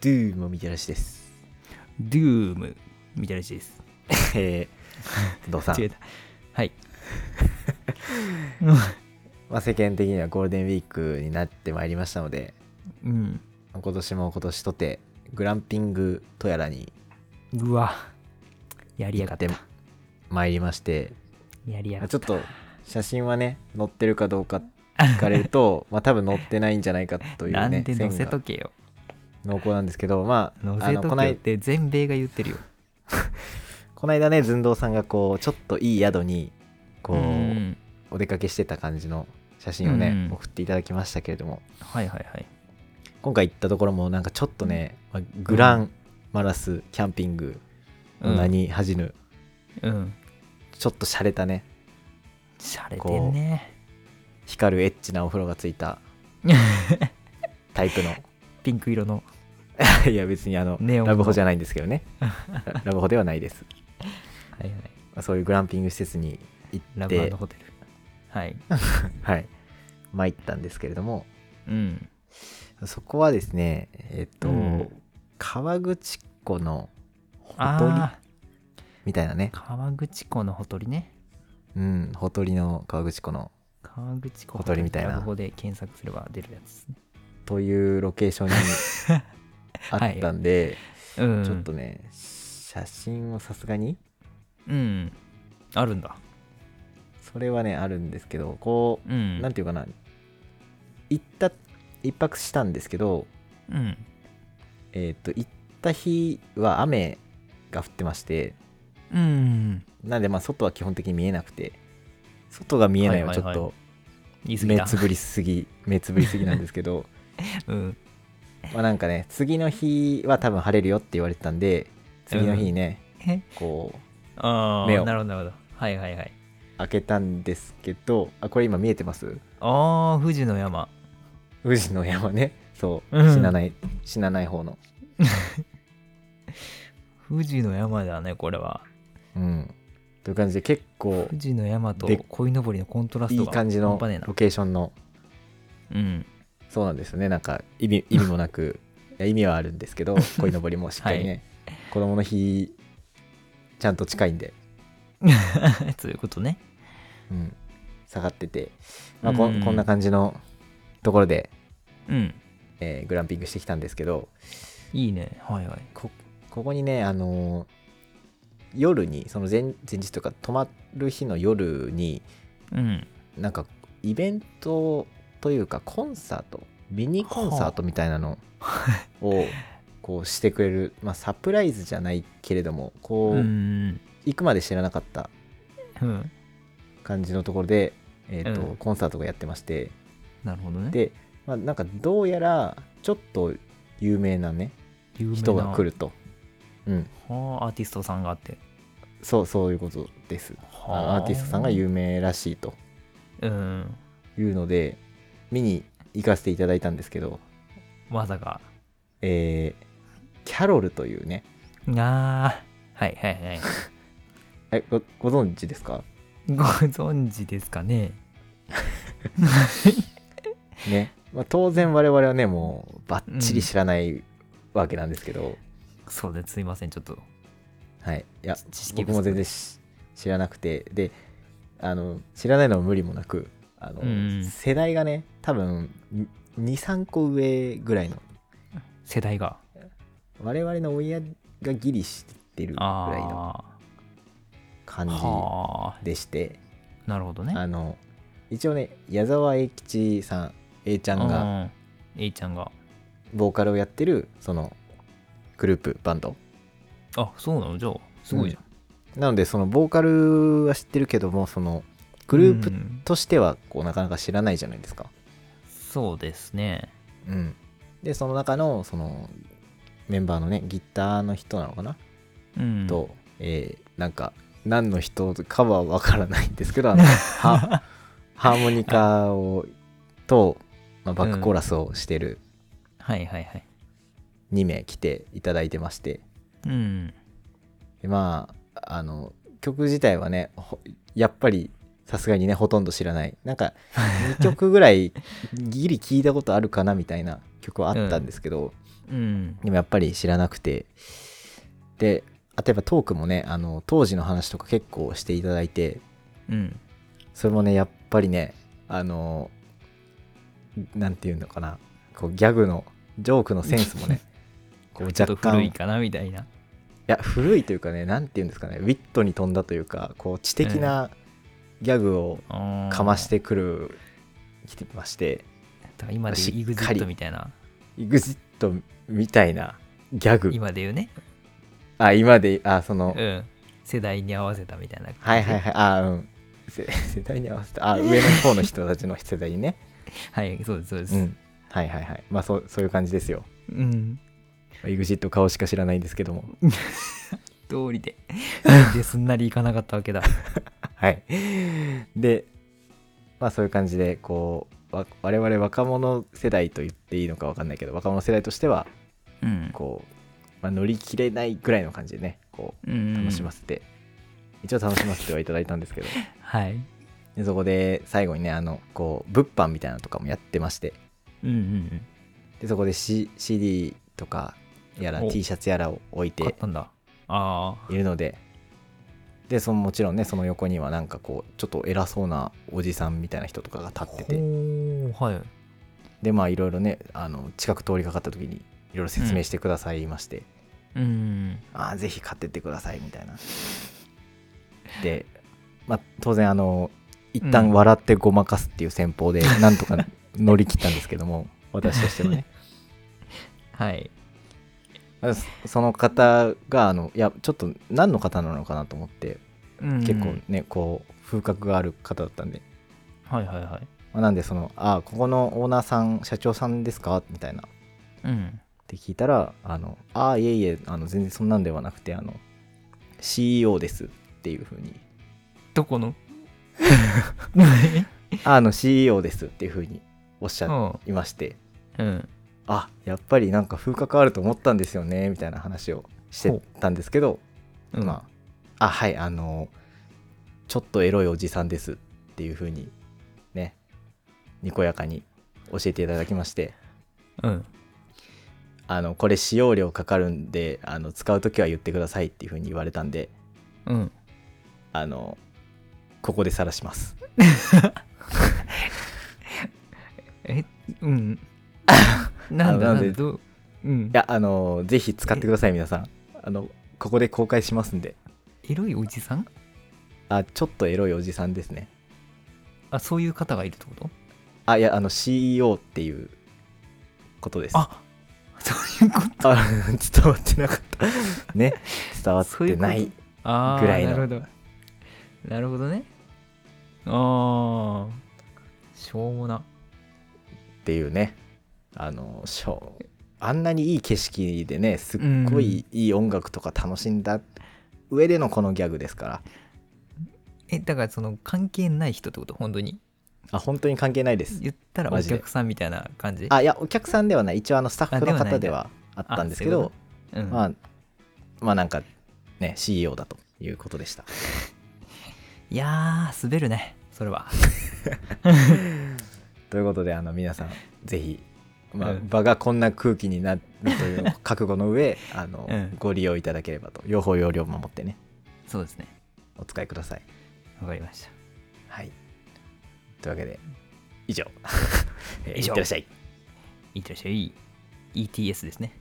ドゥームみたいなしです。ドゥームみたいな字です。え ー、どうさん違え、た。はい。まあ、世間的にはゴールデンウィークになってまいりましたので、うん。今年も今年とて、グランピングとやらにうわ。やりや行がっったて。まいりまして、やりやまがあっちょたっ。と写真はね、載ってるかどう か聞かれると、まあ多分載ってないんじゃないかというなんね、で載せとがけよ。濃厚なんですけど、ま載あ、あせのとこけなよっいて全米が言ってるよ。この間ね、寸胴さんがこう、ちょっといい宿に、こう、ん。お出かけしてた感じの写真をね、うん送っていただきましたけれどもはいはいはい。今回行ったところもなんかちょっとね、まあグランマラスキャンピングの名に恥じぬ、うん。ちょっと洒落たねしゃれてんね。光るエッチなお風呂がつい たタイプのピンク色の。いや別にあのネオンのラブホじゃないんですけ どねララブホではないです、はいはい。まあそういうグランピング施設に行ラっブてホテル。はい。はい参ったんですけれどもうん。そこはですねえっと、うん川口湖のほとりああ、みたいなね川口湖のほとりね。うんほとりの川口湖の川口湖ほとりみたいなラブホで検索すれば出るやつですね。というロケーションに あったんで、うん。ちょっとね写真をさすがにうん。あるんだ。それはねあるんですけどこう。うんなんていうかな行った一泊したんですけどうん。えっ、と行った日は雨が降ってましてうん。なんでまあ外は基本的に見えなくて外が見えないははいちはょいっはいと言い過ぎ目た。つぶりす ぎ目つぶりすぎなんですけどうん。まあなんかね次の日は多分晴れるよって言われてたんで次の日にね、うんこうああ、目をなるほど、なるほど。はいはいはい。開けたんですけどあこれ今見えてますああ、富士の山。宇治の山ねそう、うん死なない死なない方の富士の山だね、これは。うんという感じで結構富士の山とで鯉のぼりのコントラスいトいが感じ半の端ねえなロケーションのうん。 そうなんですよねなんか意味意味もなくいや意味はあるんです けど鯉のぼりもしっかりね、は子供の日ちゃんと近いんで、そういうことね。うん、下がってて、まあ、こうんこんな感じのところで、うん。えーグランピングしてきたんですけどいいね。はいはい。こここにねあのー夜にその前前日というか泊まる日の夜にうん。なんかイベントというかコンサートミニコンサートみたいなのをこうしてくれる、まあ、サプライズじゃないけれどもこう、うん。行くまで知らなかったうん。感じのところで、えーとうんコンサートがやってましてなるほどね。で、まあ、なんかどうやらちょっと有名なね有名な人が来ると、うん、はあアーティストさんがあって。そうそういうことですあのはあアーティストさんが有名らしいとうん。いうので見に行かせていただいたんですけどまさか。えーキャロルというねああ。はいはいはい。えごご存知ですかご存知ですかねね、 まあ、当然我々はねもうバッチリ知らないわけなんですけど、そうです。すいません。ちょっと。はいいや知識不足僕も全然し知らなくてであの知らないのは無理もなくあの、うん世代がね多分23個上ぐらいの世代が。我々の親がギリ知ってるぐらいのあ感あ。じはあ。でしてなるほどね。あの一応ね矢沢永吉さん A ちゃんがうん。A ちゃんが。ボーカルをやってるそのグループバンドあ、そうなのじゃあ、すごいじゃん。なのでそのボーカルは知ってるけどもそのグループうんとしてはこうなかなか知らないじゃないですか。そうですね。うん、でその中のそのメンバーのねギターの人なのかな、うん。と、えーなんか何の人かはわからないんですけど あのはハーモニカをと、まあ、バックコーラスをしてるはいはいはい。 2名来ていただいてましてうん。でまああの曲自体はねほやっぱりさすがにねほとんど知らないなんか 2曲ぐらいギリ聞いたことあるかなみたいな曲はあったんですけど、うん。でもやっぱり知らなくてであとやっぱトークもねあの当時の話とか結構していただいてうん。それもねやっぱりねあのなんていうのかなこうギャグのジョークのセンスも ねこうちょっと若干古いかなみたいな。いや古いというかねなんていうんですかねウィットに飛んだというかこう知的なギャグをあーかまし。てくる、きてましてだから今で言うしっかり EXIT みたいな。 EXIT みたいなギャグ今で言うね。あ今であその、うん。世代に合わせたみたいな。はいはいはいあうん世世代に合わせて あ上の方の人たちの世代にね はい。そうです、そうで うす。んはいはいはいまあそうそういう感じですようん。 EXIT 顔しか知らないんですけども通 りで。なんですんなりいかなかったわけだ。はい。で、まあそういう感じで、こう、わ我々若者世代と言っていいのか分かんないけど、若者世代としては、うん。こう、まあ、乗り切れないぐらいの感じでね、こう、楽しませせて、一応楽しませてはいただいたんですけど、はい。でそこで最後にね、あの、こう、物販みたいなのとかもやってまして、うんうんで、そこで、C、CD とかやらお T シャツやらを置いうん。買ってたんだ。ああ。いるので、でそのもちろんねその横にはなんかこうちょっと偉そうなおじさんみたいな人とかが立っててほーはい。でまあいろいろねあの近く通りかかった時にいろいろ説明してくださいまして、うん。ああぜひ買ってってくださいみたいな。で、まあ、当然あの一う旦ん笑ってごまかすっていう戦法で、なんとか乗り切ったんですけども 私としてはね。はい。まあそその方があのいやちょっと何の方なのかなと思って結構ね、こう風格がある方だったんで、はいはいはい。まあ、なんでその「ああここのオーナーさん社長さんですか?」みたいなうん。って聞いたら「あのあーいえいえあの全然そんなんではなくてあの CEO です」っていうふうに どこの「ああの CEO です」っていうふうにおっしゃうん。いましてうん。 「あやっぱりなんか風格あると思ったんですよね」みたいな話をしてたんですけど、うんまあ「あはいあのちょっとエロいおじさんです」っていうふうにねにこやかに教えていただきまして。うん。あのこれ使用料かかるんであの使う時は言ってくださいっていうふうに言われたんでうん。あのここで晒しますえ、 うん。なんだあななんんでだどううんい。やあのぜひ使ってください皆さんあのここで公開しますんでエロいおじさんあちょっとエロいおじさんですねあ、そういう方がいるってことあいやあの CEO っていうことですあそういうことあ伝わってなかったね伝わっそういてうことないああ、ぐらいのなるほど。なるほどね。ああ。しょうもな。っていうねあのしょうあんなにいい景色でねすっごいいい音楽とか楽しんだ上でのこのギャグですからえ、だからその関係ない人ってこと本当に。あ本当に関係ないです言ったらおマジで客さんみたいな感じあいやお客さんではない一応あのスタッフのあ方ででははあったんですけあそういうどうんまあまあなんかね CEO だということでした いやー、滑るね。それは。ということであの皆さんぜひ、まあう、ん場がこんな空気になるという覚悟の上あの、うんご利用いただければと用法用量守ってねそうですね。お使いくださいわかりました。はいというわけで以上えー以 いっ上てらっしゃいいってらっしゃい。ETS ですね。